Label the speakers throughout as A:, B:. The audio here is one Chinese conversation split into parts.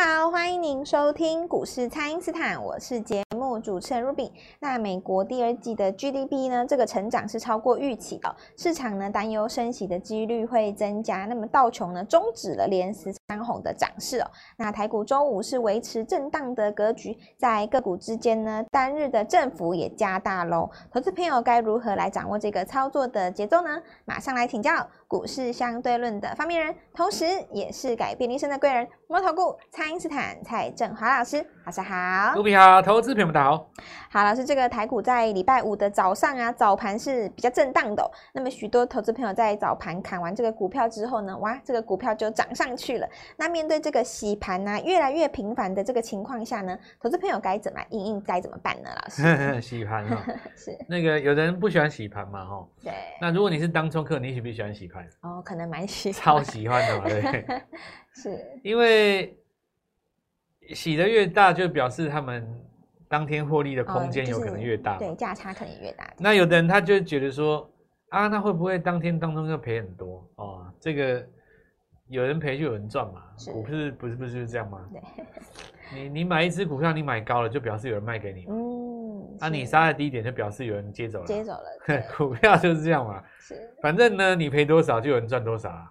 A: 好，欢迎您收听股市蔡因斯坦，我是节目主持人 Ruby。那美国第二季的 GDP 呢，这个成长是超过预期的哦，市场呢担忧升息的几率会增加。那么道琼呢终止了连十三红的涨势哦。那台股周五是维持震荡的格局，在个股之间呢，单日的振幅也加大喽。投资朋友该如何来掌握这个操作的节奏呢？马上来请教股市相对论的发明人，同时也是改变人生的贵人——摩头顾蔡因斯坦蔡振华老师，晚上好
B: 卢。比好，投资朋友们大家好。
A: 好，老师，这个台股在礼拜五的早上啊，早盘是比较震荡的哦、那么许多投资朋友在早盘砍完这个股票之后呢，哇，这个股票就涨上去了。那面对这个洗盘呢、越来越频繁的这个情况下呢，投资朋友该怎么应应，该怎么办呢？老 师，
B: 洗盘哦，
A: 是
B: 那个有的人不喜欢洗盘嘛，哈。
A: 对
B: 那如果你是当冲客，你喜不喜欢 洗盘？
A: 哦，可能蛮喜
B: 超喜欢的嘛，对不 对？
A: 是
B: 因为洗的越大，就表示他们当天获利的
A: 哦
B: 空间
A: 就
B: 有可
A: 是
B: 能越大嘛。
A: 对，价差可能越大。
B: 那有的人他就觉得说，啊，那会不会当天当中就赔很多哦？这个有人赔就有人赚嘛，
A: 是
B: 股市不是不是就是这样吗？
A: 对，
B: 你你买一只股票，你买高了，就表示有人卖给你嘛。
A: 嗯，
B: 啊，你
A: 是
B: 杀的低点就表示有人接走了，，
A: 接走了，对
B: 股票就是这样嘛，
A: 是，
B: 反正呢，你赔多少就有人赚多少啊。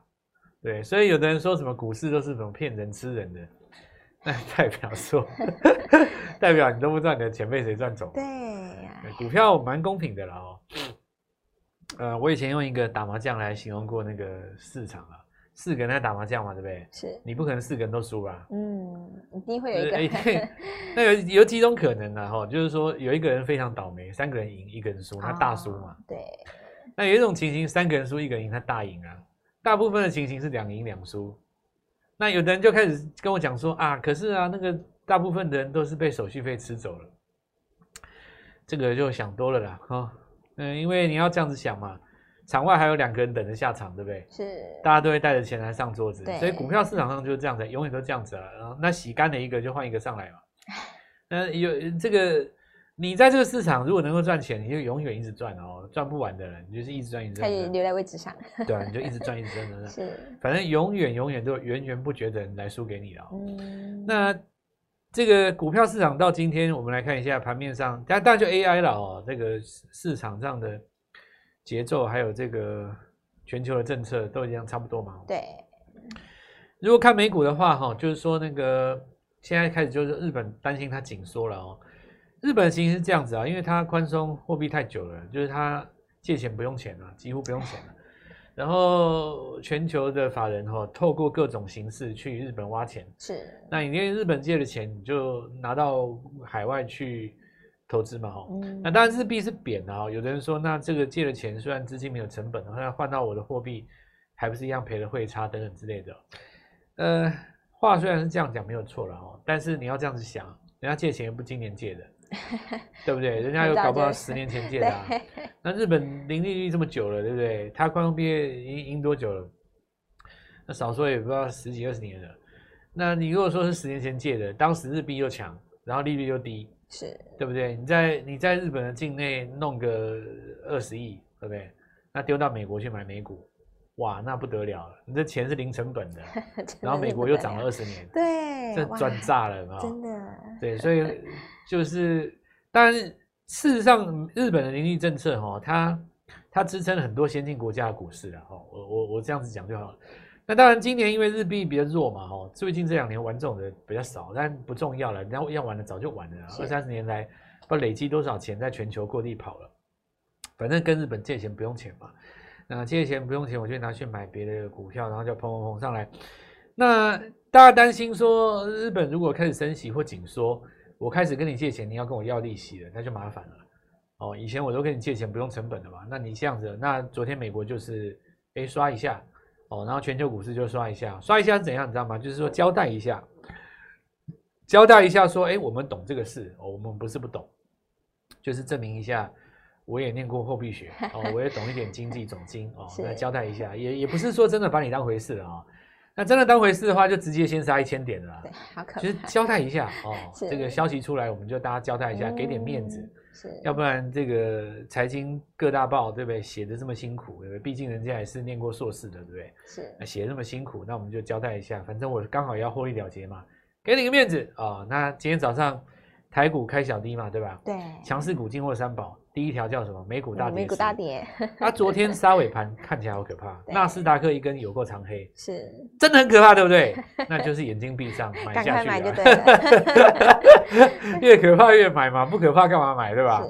B: 对，所以有的人说什么股市都是什么骗人吃人的，那 代表说，代表你都不知道你的钱被谁赚走。
A: 对呀，
B: 对，股票蛮公平的啦哦。呃，我以前用一个打麻将来形容过那个市场啊，四个人在打麻将嘛，对不对？
A: 是，
B: 你不可能四个人都输啦。
A: 嗯，一定会有一
B: 呃
A: 个
B: 哎 对 那有有几种可能呢、啊？哈，就是说有一个人非常倒霉，三个人赢，一个人输，那大输嘛。
A: 哦，对。
B: 那有一种情形，三个人输一个人赢，他大赢啊。大部分的情形是两赢两输。那有的人就开始跟我讲说啊，可是啊，那个大部分的人都是被手续费吃走了。这个就想多了啦，哈、嗯，因为你要这样子想嘛，场外还有两个人等着下场，对不对？
A: 是，
B: 大家都会带着钱来上桌子
A: 对，
B: 所以股票市场上就是这样子，永远都这样子啊。然后那洗干了一个就换一个上来嘛。那有这个，你在这个市场如果能够赚钱，你就永远一直赚哦，赚不完的人你就是一直赚一直
A: 它也
B: 赚，
A: 留在位置上，
B: 对啊，你就一直赚一直赚一直赚，
A: 是，
B: 反正永远永远都有源源不绝的人来输给你了哦、
A: 嗯，
B: 那这个股票市场到今天，我们来看一下盘面上，当当然就 AI 了哦，这个市市场上的节奏还有这个全球的政策都已经差不多嘛。
A: 对，
B: 如果看美股的话，哈，就是说那个现在开始就是日本担心它紧缩了哦。日本其实是这样子啊，因为它宽松货币太久了，就是它借钱不用钱了、几乎不用钱了。啊然后全球的法人哈、透过各种形式去日本挖钱。
A: 是，
B: 那你跟日本借的钱，你就拿到海外去投资嘛、哈、
A: 嗯
B: 那当然日币是贬的啊、有的人说，那这个借的钱虽然资金没有成本，啊那换到我的货币，还不是一样赔了汇差等等之类的哦。呃，话虽然是这样讲没有错了哦，但是你要这样子想，人家借钱也不今年 借的，对不对？人家有搞不好十年前借的、啊。
A: 对，
B: 那日本零利率这么久了，对不对？它官方毕业已经已经多久了？那少说也不知道十几二十年了。那你如果说是十年前借的，当时日币又强，然后利率又低，
A: 是，
B: 对不对？你在你在日本的境内弄个二十亿，对不对？那丢到美国去买美股，哇，那不得了了！你这钱是零 成本的，
A: 真的
B: 然后
A: 是
B: 美
A: 不
B: 国又
A: 得
B: 涨了
A: 了，
B: 二十年，
A: 对，
B: 这
A: 哇
B: 赚，炸了，有没有
A: 真的，
B: 对，所以就是，但事实上，日本的零利政策哈、哦，它它支撑了很多先进国家的股市了哈、哦。我我我这样子讲就好了。那当然，今年因为日币比较弱嘛，哦，最近这两年玩这种的比较少，但不重要了。人家要玩的早就玩了啦，啊
A: 是
B: 二三十年来不知道累积多少钱在全球各地跑了，反正跟日本借钱不用钱嘛。那借钱不用钱，我就拿去买别的股票，然后就砰砰砰上来。那大家担心说，日本如果开始升息或紧缩，我开始跟你借钱，你要跟我要利息了，那就麻烦了。哦，以前我都跟你借钱不用成本的嘛，那你这样子，那昨天美国就是诶刷一下，哦，然后全球股市就刷一下，刷一下是怎样，你知道吗？就是说交代一下，交代一下说，诶，我们懂这个事，哦，我们不是不懂，就是证明一下。我也念过货币学哦，我也懂一点经济总经哦，
A: 是
B: 那交代一下，也也不是说真的把你当回事了啊、哦。那真的当回事的话，就直接先杀一千点了啦
A: 对，好可
B: 就是
A: 怕，
B: 交代一下哦，
A: 是
B: 这个消息出来，我们就大家交代一下，给点面子，
A: 嗯，是，
B: 要不然这个财经各大报对不对写的这么辛苦，对不对？毕竟人家也是念过硕士的，对不对？
A: 是
B: 那，写得这么辛苦，那我们就交代一下，反正我刚好也要获利了结嘛，给你个面子啊、那今天早上台股开小低嘛，对吧？
A: 对，嗯
B: 强势股进货三宝，第一条叫什么？美股大跌、
A: 美股大。跌
B: 它昨天杀尾盘看起来好可怕，
A: 对
B: 纳斯达克一根有够长黑，
A: 是
B: 真的很可怕，对 不对？那就是眼睛闭上，买
A: 赶
B: 下
A: 快买
B: 去、
A: 就
B: 啊。
A: 对了，
B: 越可怕越买嘛，不可怕干嘛买，对吧
A: 是？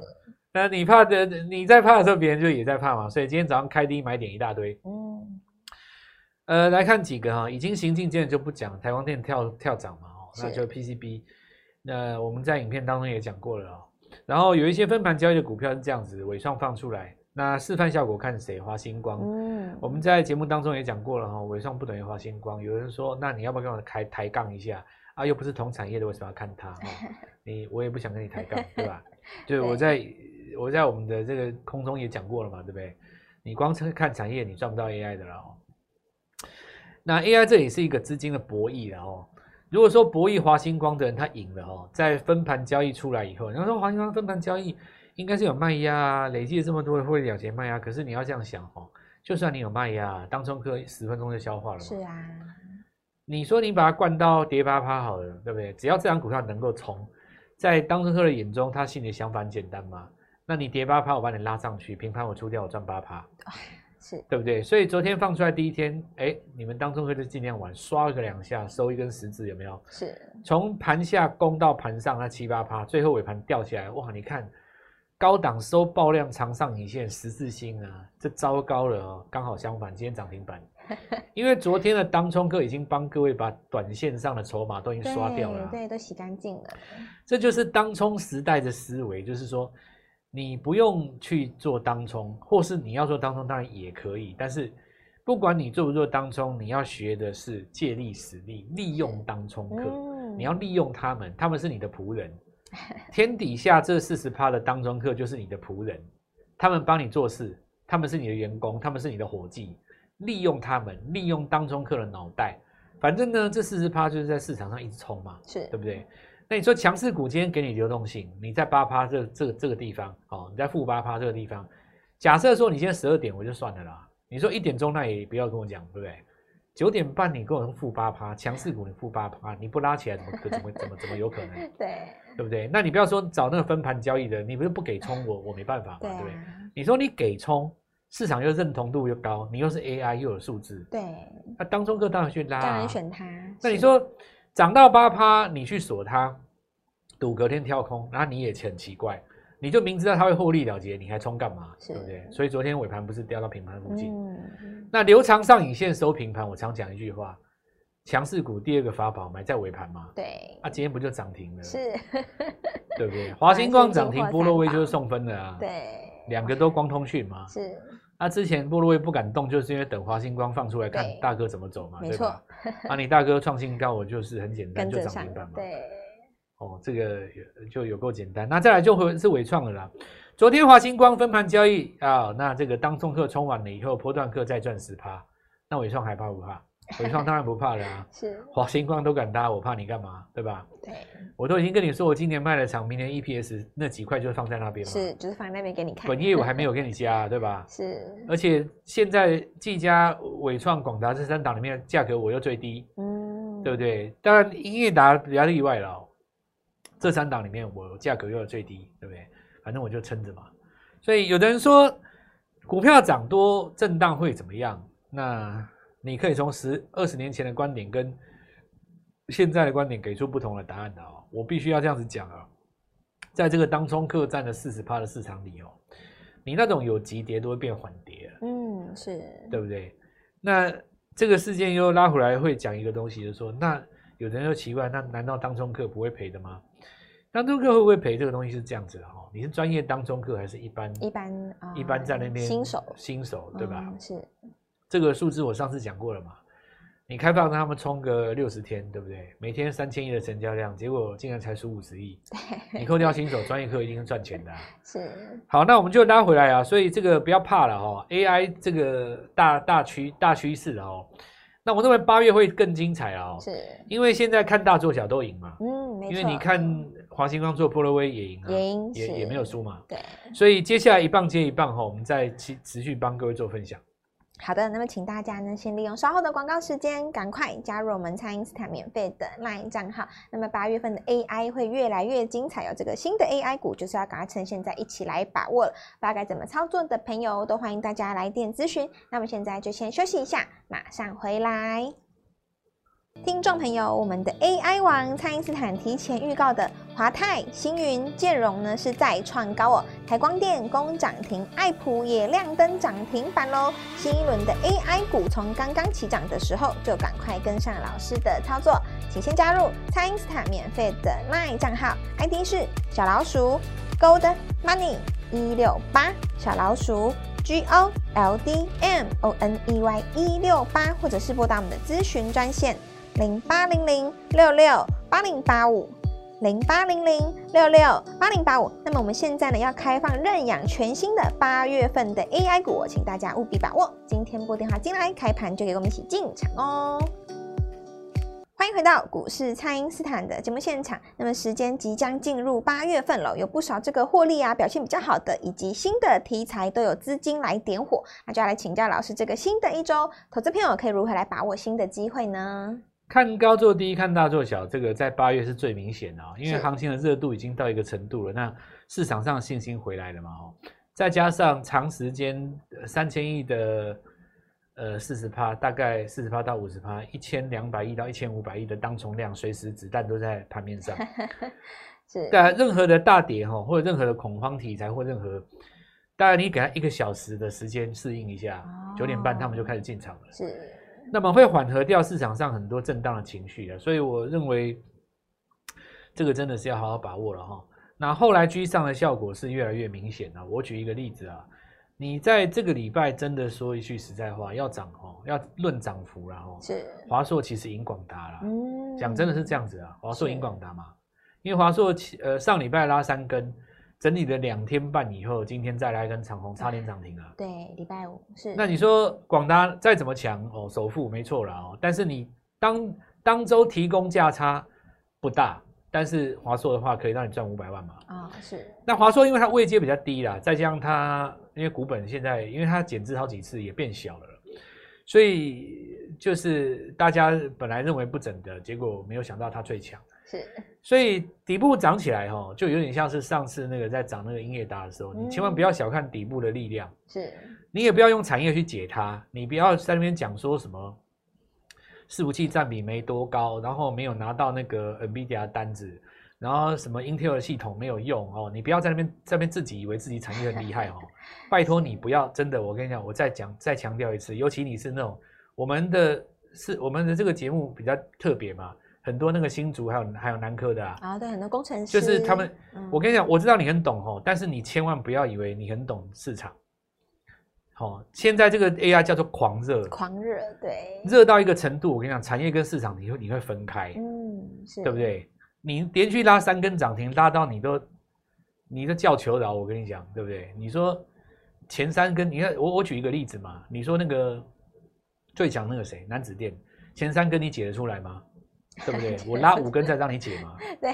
B: 那你怕的，你在怕的时候，别人就也在怕嘛。所以今天早上开低买点一大堆。
A: 嗯，
B: 呃，来看几个哈，已经行进间就不讲，台光电跳跳涨嘛，哦，那
A: 是
B: 就 PCB。那我们在影片当中也讲过了哦。然后有一些分盘交易的股票是这样子，尾上放出来，那示范效果看谁？华星光。
A: 嗯，
B: 我们在节目当中也讲过了哈、尾上不等于华星光。有人说，那你要不要跟我抬抬杠一下啊？又不是同产业的，为什么要看它？哈、你我也不想跟你抬杠，对吧？对，我
A: 对
B: 在我在我们的这个空中也讲过了嘛，对不对？你光是看产业，你赚不到 AI 的了哦。那 AI 这也是一个资金的博弈了哦。如果说博弈华星光的人他赢了哦，在分盘交易出来以后，然后说华星光分盘交易应该是有卖压啊，累积了这么多会了结卖压，可是你要这样想哦，就算你有卖压，啊当冲客十分钟就消化了嘛。
A: 是啊，
B: 你说你把它灌到跌八趴好了，对不对？只要这张股票能够冲，在当冲客的眼中，他心里想法很简单嘛。那你跌八趴，我把你拉上去，平盘我出掉，我赚八趴，
A: 是
B: 对不对？所以昨天放出来第一天，哎，你们当冲客就尽量玩，刷个两下，收一根十字，有没有？
A: 是，
B: 从盘下攻到盘上，那七八趴，最后尾盘掉下来，哇！你看高档收爆量长上影线十字星啊，这糟糕了哦，刚好相反，今天涨 停板，因为昨天的当冲客已经帮各位把短线上的筹码都已经刷掉了啊、
A: 对，对，都洗干净了，
B: 这就是当冲时代的思维，就是说你不用去做当冲，或是你要做当冲当然也可以，但是不管你做不做当冲，你要学的是借力使力，利用当冲客。
A: 嗯，
B: 你要利用他们，他们是你的仆人。天底下这四十趴的当中客就是你的仆人，他们帮你做事，他们是你的员工，他们是你的伙计，利用他们，利用当中客的脑袋。反正呢，这四十趴就是在市场上一直冲嘛，
A: 是
B: 对不对？那你说强势股今天给你流动性，你在八趴这这个这个地方，哦，你在负八趴这个地方，假设说你今天十二点我就算了啦，你说一点钟那也不要跟我讲，对不对？九点半你跟我负八趴，强势股你负八趴，你不拉起来怎么可怎么怎么怎么有可能，
A: 对
B: 对不对？那你不要说找那个分盘交易的，你不是不给冲我，我没办法嘛，
A: 对
B: 对不对？
A: 啊，
B: 你说你给冲，市场又认同度又高，你又是 AI 又有数字，
A: 对，
B: 那当中各当然去拉、啊，
A: 嗯当然选它。
B: 那你
A: 是
B: 说涨到八趴，你去锁它，赌隔天跳空，然后你也很奇怪，你就明知道它会获利了结，你还冲干嘛？
A: 是
B: 对不对？所以昨天尾盘不是掉到平盘附近？
A: 嗯，
B: 那留长上影线收平盘，我常讲一句话：强势股第二个法宝买在尾盘嘛。
A: 对，
B: 啊，今天不就涨停了，
A: 是，
B: 对不对？华星光涨
A: 进
B: 停，
A: 货
B: 波洛威
A: 三
B: 就
A: 宝
B: 是送分了啊。，
A: 对，
B: 两个都光通讯嘛。
A: 是
B: 啊，之前波洛威不敢动，就是因为等华星光放出来看
A: 对
B: 大哥怎么走嘛，
A: 没
B: 对吧？啊，你大哥创新高，我就是很简单，
A: 跟
B: 就
A: 着
B: 涨
A: 上
B: 停板嘛。，
A: 对，，
B: 哦，这个有就有够简单。那再来就会是伟创了啦。昨天华星光分盘交易啊、那这个当冲客冲完了以后，波段客再赚十趴，那伟创还怕不怕？伟创当然不怕了啊
A: 是，
B: 华星光都敢搭，我怕你干嘛？对吧？
A: 对，
B: 我都已经跟你说，我今年卖了场，明年 EPS 那几块就放在那边嘛。
A: 是，就是放在那边给你看。
B: 本业我还没有跟你加，啊对吧？
A: 是，
B: 而且现在技嘉、伟创、广达这三档里面价格我又最低，
A: 嗯，
B: 对不对？当然，英业达比较例外了哦、这三档里面，我价格又最低，对不对？反正我就撑着嘛。所以有的人说，股票涨多震荡会怎么样？那你可以从十二十年前的观点跟现在的观点给出不同的答案的哦。我必须要这样子讲啊，在这个当冲客占了四十趴的市场里哦，你那种有急跌都会变缓跌了
A: 嗯，是，
B: 对不对？那这个事件又拉回来，会讲一个东西，就是说，那有人又奇怪，那难道当中客不会赔的吗？当中客会不会赔？这个东西是这样子的哦，你是专业当中客还是一般
A: 一般啊，
B: 一般在那边
A: 新手
B: 新手对吧？
A: 嗯是，
B: 这个数字我上次讲过了嘛，你开放让他们冲个六十天，对不对？每天三千亿的成交量，结果竟然才输五十亿，你扣掉新手，专业客一定是赚钱的啊、
A: 是，
B: 好，那我们就拉回来啊，所以这个不要怕了哦，AI 这个大大趋大趋势哦，那我认为八月会更精彩啊哦，
A: 是，
B: 因为现在看大做小都赢嘛，
A: 嗯，没
B: 因
A: 错。
B: 为你看华星光做波罗威也赢啊，
A: 也赢
B: 也
A: 是
B: 也没有输嘛，
A: 对，
B: 所以接下来一棒接一棒哈、哦，我们再持持续帮各位做分享。
A: 好的，那么请大家呢，先利用稍后的广告时间，赶快加入我们蔡因斯坦免费的 LINE 账号。那么八月份的 AI 会越来越精彩哦，这个新的 AI 股就是要赶快趁现在一起来把握了。不知道该怎么操作的朋友，都欢迎大家来电咨询。那么现在就先休息一下，马上回来。听众朋友，我们的 AI 王蔡因斯坦提前预告的华泰、星云、建融呢是再创高哦，台光电攻涨停，爱普也亮灯涨停板喽。新一轮的 AI 股从刚刚起涨的时候，就赶快跟上老师的操作，请先加入蔡因斯坦免费的 LINE 账号，ID 是小老鼠 Gold Money 一六八小老鼠。G O L D M O N E Y 一六八，或者是拨打我们的咨询专线零八零零六六八零八五零八零零六六八零八五。那么我们现在呢要开放认养全新的八月份的 AI 股，请大家务必把握。今天拨电话进来，开盘就给我们一起进场哦。欢迎回到股市，蔡因斯坦的节目现场。那么时间即将进入八月份了，有不少这个获利啊表现比较好的，以及新的题材都有资金来点火。那就要来请教老师，这个新的一周，投资朋友可以如何来把握新的机会呢？
B: 看高做低，看大做小，这个在八月是最明显的啊、因为
A: 是
B: 行情的热度已经到一个程度了，那市场上信心回来了嘛，哦，再加上长时间呃三千亿的呃四十趴，大概四十趴到五十趴，一千两百亿到一千五百亿的当冲量，随时子弹都在盘面上。
A: 是
B: 对啊，任何的大跌哈，或者任何的恐慌题材，或任何，当然你给他一个小时的时间适应一下，
A: 哦
B: 九点半他们就开始进场了。
A: 是，
B: 那么会缓和掉市场上很多震荡的情绪啊，所以我认为这个真的是要好好把握了哈。那后来居上的效果是越来越明显了。我举一个例子啊，你在这个礼拜真的说一句实在话，要涨哦，要论涨幅啦哦。
A: 是，
B: 华硕其实赢广达啦，
A: 嗯
B: 讲真的是这样子啊，华硕
A: 是
B: 赢广达嘛，因为华硕其呃上礼拜拉三根，整理了两天半以后，今天再来一根长红，差点涨停啊了。
A: 对，礼拜五是，
B: 那你说广达再怎么强哦，首富没错啦哦，但是你当当周提供价差不大，但是华硕的话可以让你赚五百万嘛。
A: 啊、是
B: 那华硕因为它位阶比较低啦，再加上它因为股本现在因为它减资好几次也变小了，所以就是大家本来认为不整的，结果没有想到它最强。
A: 是，
B: 所以底部涨起来哦，就有点像是上次那个在涨那个英业达的时候，你千万不要小看底部的力量。
A: 是，
B: 你也不要用产业去解它，你不要在那边讲说什么伺服器占比没多高，然后没有拿到那个 NVIDIA 的单子，然后什么 Intel 的系统没有用哦，你不要在那边在那边自己以为自己产业很厉害哦，拜托你不要真的，我跟你讲，我再讲再强调一次，尤其你是那种我们的是我们的这个节目比较特别嘛，很多那个新竹还有还有南科的啊，
A: 然后对很多工程师，
B: 就是他们，
A: 嗯
B: 我跟你讲，我知道你很懂哦，但是你千万不要以为你很懂市场。哦，现在这个 AI 叫做狂热，
A: 狂热，对，
B: 热到一个程度，我跟你讲，产业跟市场你会你会分开，
A: 嗯，是，？
B: 对不？对？你连续拉三根涨停，拉到你都你都叫求饶，我跟你讲，对不对？你说前三根，你看我我举一个例子嘛，你说那个最强那个谁，男子店前三根你解得出来吗？对不对我拉五根再让你解嘛，
A: 对，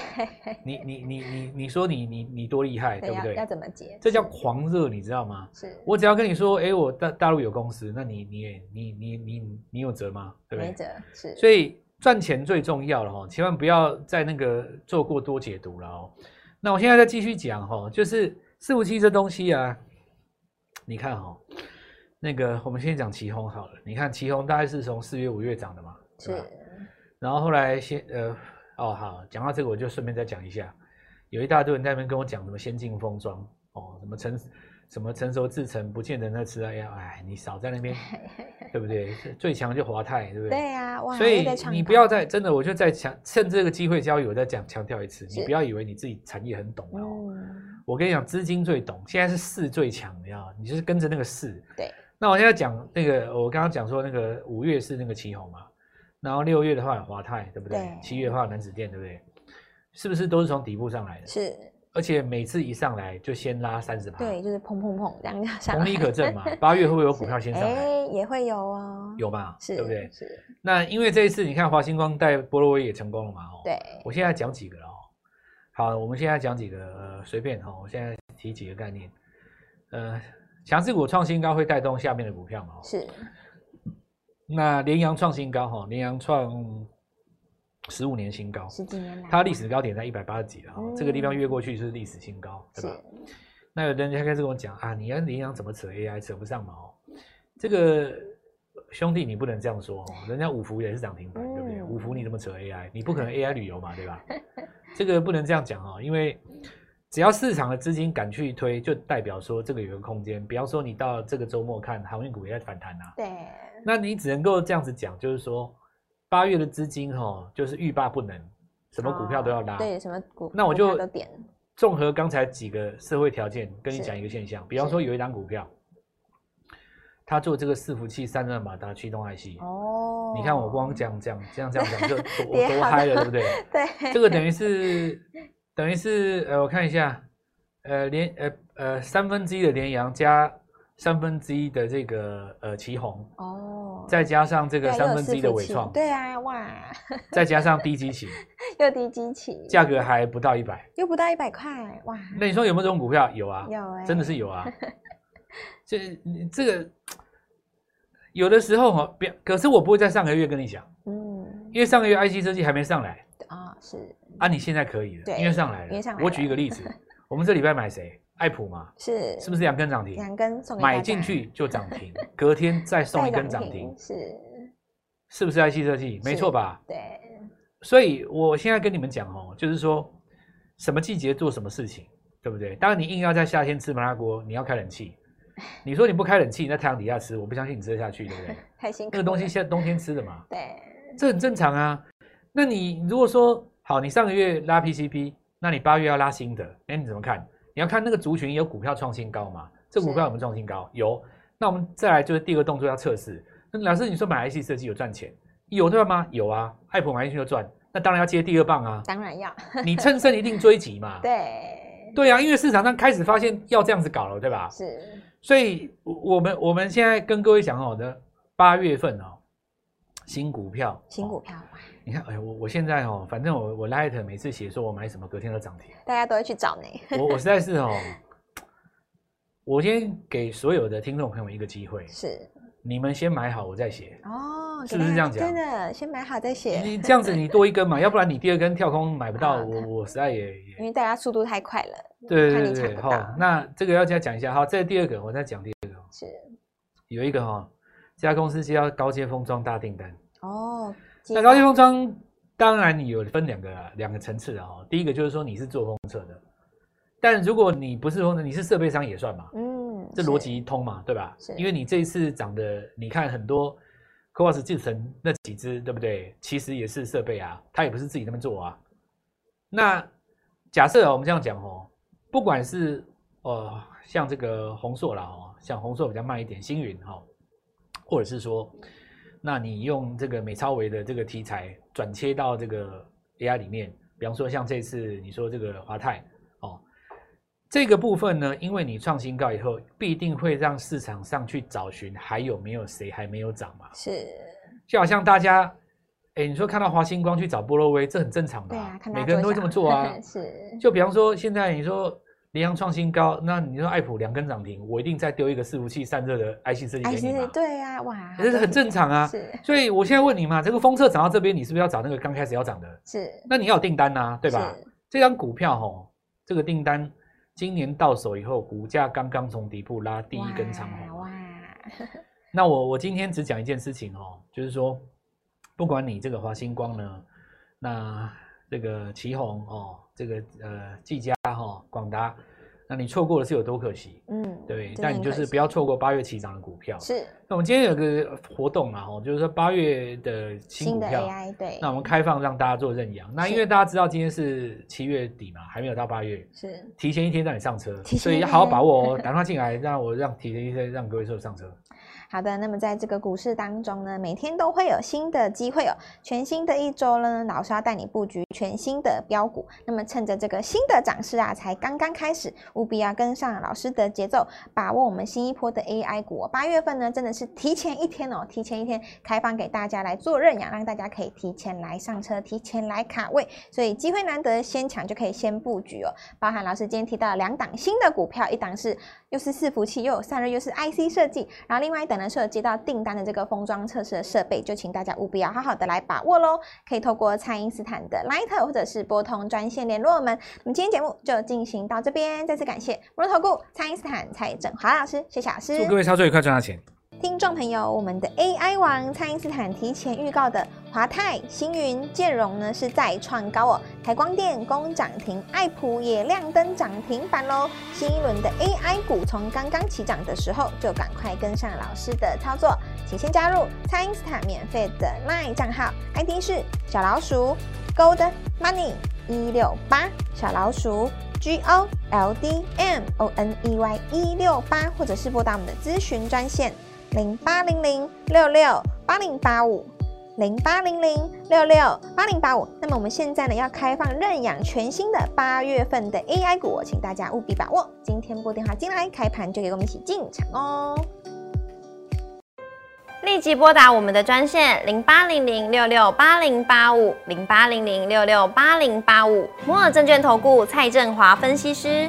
B: 你你你你你说你你你多厉害，对不
A: 要要
B: 对？
A: 怎么解？
B: 这叫狂热，你知道吗？
A: 是，
B: 我只要跟你说，哎，我大大陆有公司，那你你也你你你你有辙吗？对不
A: 没
B: 对？
A: 辙，是，
B: 所以赚钱最重要了哈，千万不要在那个做过多解读了哦。那我现在再继续讲哈，就是四五七这东西啊，你看哈，那个我们先讲旗宏好了，你看旗宏大概是从四月五月涨的嘛，对吧？
A: 是，
B: 然后后来先呃哦好，讲到这个我就顺便再讲一下，有一大堆人在那边跟我讲什么先进封装哦，什么成什么成熟制成不见人在吃哎呀，哎你少在那边，对不对？最强就华泰，对不对？
A: 对呀、哇，
B: 所
A: 又
B: 以
A: 在唱
B: 你
A: 高
B: 不要再真的，我就再强趁这个机会交易，我再讲强调一次，你
A: 是
B: 不要以为你自己产业很懂哦。
A: 嗯，
B: 我跟你讲，资金最懂，现在是市最强，你知道吗，你就是跟着那个市。
A: 对。
B: 那我现在讲那个，我刚刚讲说那个五月是那个旗宏嘛，然后六月的话有华泰，对不对？
A: 对
B: 七月的话有南子店，对不对？是不是都是从底部上来的？
A: 是
B: 而且每次一上来就先拉三十趴，
A: 对，，就是砰砰砰这样就上
B: 同
A: 来
B: 理可证嘛。八月会不会有股票先上来？
A: 哎，也会有哦，，
B: 有嘛？
A: 是，
B: 对不对？
A: 是，
B: 那因为这一次你看华星光带波罗威也成功了嘛？哦。
A: 对，
B: 我现在讲几个了哦。好，我们现在讲几个，呃，随便哈、哦，我现在提几个概念。呃，强势股创新高会带动下面的股票嘛？哦
A: 是
B: 那联阳创新高哈，联阳创十五年新高，
A: 十几年来，嗯
B: 它历史高点在一百八十几了哈，这个地方越过去就是历史新高，对
A: 是
B: 吧？那有人家开始跟我讲啊，你跟联阳怎么扯 AI 扯不上嘛？哦，这个兄弟你不能这样说哦，人家五福也是涨停板，对不对？
A: 嗯
B: 五福你怎么扯 AI？你不可能 AI 旅游嘛，对吧？这个不能这样讲哦，因为只要市场的资金敢去推，就代表说这个有个空间。比方说你到这个周末看航运股也在反弹啊，
A: 对，
B: 那你只能够这样子讲，就是说八月的资金哈、哦，就是欲罢不能，什么股票都要拉。
A: 哦对，什么股，
B: 那我
A: 股票
B: 就
A: 都点，
B: 综合刚才几个社会条件，跟你
A: 是
B: 讲一个现象，比方说有一档股票，它做这个伺服器散热马达驱动 IC，、
A: 哦，
B: 你看我光讲讲这样这样 讲就多
A: 别
B: 多
A: 好
B: 嗨了，
A: 了
B: 对 不对？
A: 对，
B: 这个等于是等于是呃，我看一下，呃连呃呃三分之一的联阳加三分之一的这个呃旗宏，
A: 哦，
B: 再加上这
A: 对
B: 个
A: 啊
B: 三
A: 又
B: 分
A: 有
B: 之一
A: 伺
B: 的
A: 服
B: 伟
A: 器
B: 创，
A: 对啊，哇，
B: 再加上低基期，
A: 又低基期，
B: 价格还不到一百。
A: 又不到一百块，哇，
B: 那你说有没有这种股票？有啊，
A: 有哎，
B: 真的是 有啊。这你这个有的时候哈、哦，别可是我不会在上个月跟你讲，
A: 嗯，
B: 因为上个月 IC 设计还没上来
A: 啊是
B: 啊，你现在可以了，
A: 对
B: 因为上来了。
A: 因为上来了
B: 我举一个例子，我们这礼拜买谁？爱普嘛，
A: 是
B: 是不是两根涨停？
A: 两根送给大
B: 买
A: 家
B: 进去就涨停，隔天再送
A: 再
B: 一根涨停，
A: 是，
B: 是不是 IC 设计？没错吧？
A: 对，
B: 所以我现在跟你们讲哦，就是说什么季节做什么事情，对不对？当然你硬要在夏天吃麻辣锅，你要开冷气。你说你不开冷气，你在太阳底下吃，我不相信你吃得下去，对不对？
A: 太辛苦
B: 那
A: 了，
B: 个东西现在冬天吃的嘛，
A: 对，
B: 这很正常啊。那你如果说好，你上个月拉 PCP，那你八月要拉新的，那你怎么看？你要看那个族群有股票创新高吗？这股票有没有创新高？有。那我们再来就是第二个动作要测试。那老师，你说买 IC 设计有赚钱，有对吗？有啊，爱普买进去就赚，那当然要接第二
A: 。
B: 棒啊
A: 当然要，
B: 你趁胜一定追击嘛。
A: 对，
B: 对啊，因为市场上开始发现要这样子搞了，对吧？
A: 是，
B: 所以我我们我们现在跟各位讲好的八月份哦，新股票，
A: 新股
B: 哦
A: 票哇，
B: 你看，哎，我我现在哦，反正我我 Light 每次写说我买什么，隔天都涨停。
A: 大家都会去找你，
B: 我我实在是哦，我先给所有的听众朋友们一个机会，
A: 是，
B: 你们先买好，我再写。
A: 哦，
B: 是
A: 给
B: 不
A: 大
B: 是这样啊
A: 家
B: 讲
A: 真的，先买好再写，
B: 你这样子你多一根嘛，要不然你第二根跳空买不到，
A: 啊
B: 我我实在也也
A: 因为大家速度太快了，
B: 对
A: 怕
B: 对
A: 你
B: 对
A: 抢
B: 对，
A: 不
B: 好、
A: 到
B: 那这个要再讲一下，好，这第二个我再讲第二个，
A: 是，
B: 有一个哈、哦，这家公司接到高阶封装大订单，
A: 哦，
B: 那高阶封装当然你有分两个啊两个层次啊、哦，第一个就是说你是做封测的，但如果你不是封测，你是设备商也算嘛，
A: 嗯，
B: 这
A: 是
B: 逻辑通嘛，对吧
A: 是？
B: 因为你这一次涨的，你看很多 c o a s 制成那几只，对不对？其实也是设备啊，它也不是自己那么做啊。那假设、啊、我们这样讲哦，不管是呃像这个宏硕啦哦，像宏硕比较慢一点，星云哈、哦，或者是说，那你用这个美超维的这个题材转切到这个 AI 里面，比方说像这次你说这个华泰哦，这个部分呢，因为你创新高以后，必定会让市场上去找寻还有没有谁还没有涨嘛，
A: 是，
B: 就好像大家。哎，你说看到华星光去找波洛威，这很正常
A: 对
B: 吧？
A: 啊，看大
B: 每
A: 家
B: 个人都会
A: 一
B: 这么
A: 下。
B: 做 啊
A: 是，
B: 就比方说，现在你说联阳创新高，那你说爱普两根涨停，我一定再丢一个伺服器散热的 IC 设计
A: 哎，
B: 给
A: 其
B: 你
A: 实
B: 嘛，
A: 对啊，哇，
B: 这是很正常啊。
A: 是
B: 所以我现在问你嘛，这个封测涨到这边，你是不是要找那个刚开始要涨的？
A: 是，
B: 那你要有订单呐、啊对吧？
A: 是？
B: 这张股票吼，这个订单今年到手以后，股价刚刚从底部拉第一根长
A: 哇
B: 红。
A: 哇，
B: 那我我今天只讲一件事情哦，就是说，不管你这个华星光呢，那这个旗宏哦，这个呃技嘉哈、哦、广达，那你错过的是有多可惜，
A: 嗯，
B: 对？
A: 真的
B: 但你
A: 很
B: 就
A: 可
B: 是
A: 惜
B: 不要错过八月起涨的股票。
A: 是
B: 那我们今天有个活动嘛，哦，就是说八月的新
A: 新
B: 股
A: 的
B: 票，
A: AI，对，
B: 那我们开放让大家做认养。那因
A: 是
B: 为大家知道今天是七月底嘛，还没有到八月，
A: 是
B: 提前一天让你上车，
A: 提前一天
B: 所以要好好把握哦。打电话进来，让我让提前一天让各位说上车。
A: 好的，那么在这个股市当中呢，每天都会有新的机会哦。全新的一周呢，老师要带你布局全新的标股。那么趁着这个新的涨势啊，才刚刚开始，务必要跟上老师的节奏，把握我们新一波的 AI 股哦。八月份呢，真的是提前一天哦，提前一天开放给大家来做认养，让大家可以提前来上车，提前来卡位，所以机会难得，先抢就可以先布局哦。包含老师今天提到了两档新的股票，一档是又是伺服器，又有散热，又是 IC 设计，然后另外一档呢是有接到订单的这个封装测试的设备，就请大家务必要好好的来把握喽。可以透过蔡因斯坦的 Line 或者是拨通专线联络我们。那么今天节目就进行到这边，再次感谢摩头顾蔡因斯坦蔡振华老师，谢谢老师。
B: 祝各位操作愉快，赚到钱。
A: 听众朋友，我们的 AI 王蔡因斯坦提前预告的华泰、星云、建融呢是再创高哦，台光电攻涨停，爱普也亮灯涨停板喽。新一轮的 AI 股从刚刚起涨的时候，就赶快跟上老师的操作，请先加入蔡因斯坦免费的 LINE 账号，ID 是小老鼠 Gold Money 一六八小老鼠 G O L D M O N E Y 一六八，或者是拨打我们的咨询专线。零八零零六六八零八五。零八零零六六八零八五。那么我们现在呢要开放认养全新的八月份的 AI 股哦，请大家务必把握。今天拨电话进来，开盘就给我们一起进场哦。
C: 立即拨打我们的专线零八零零六六八零八五零八零零六六八零八五摩尔证券投顾蔡振华分析师。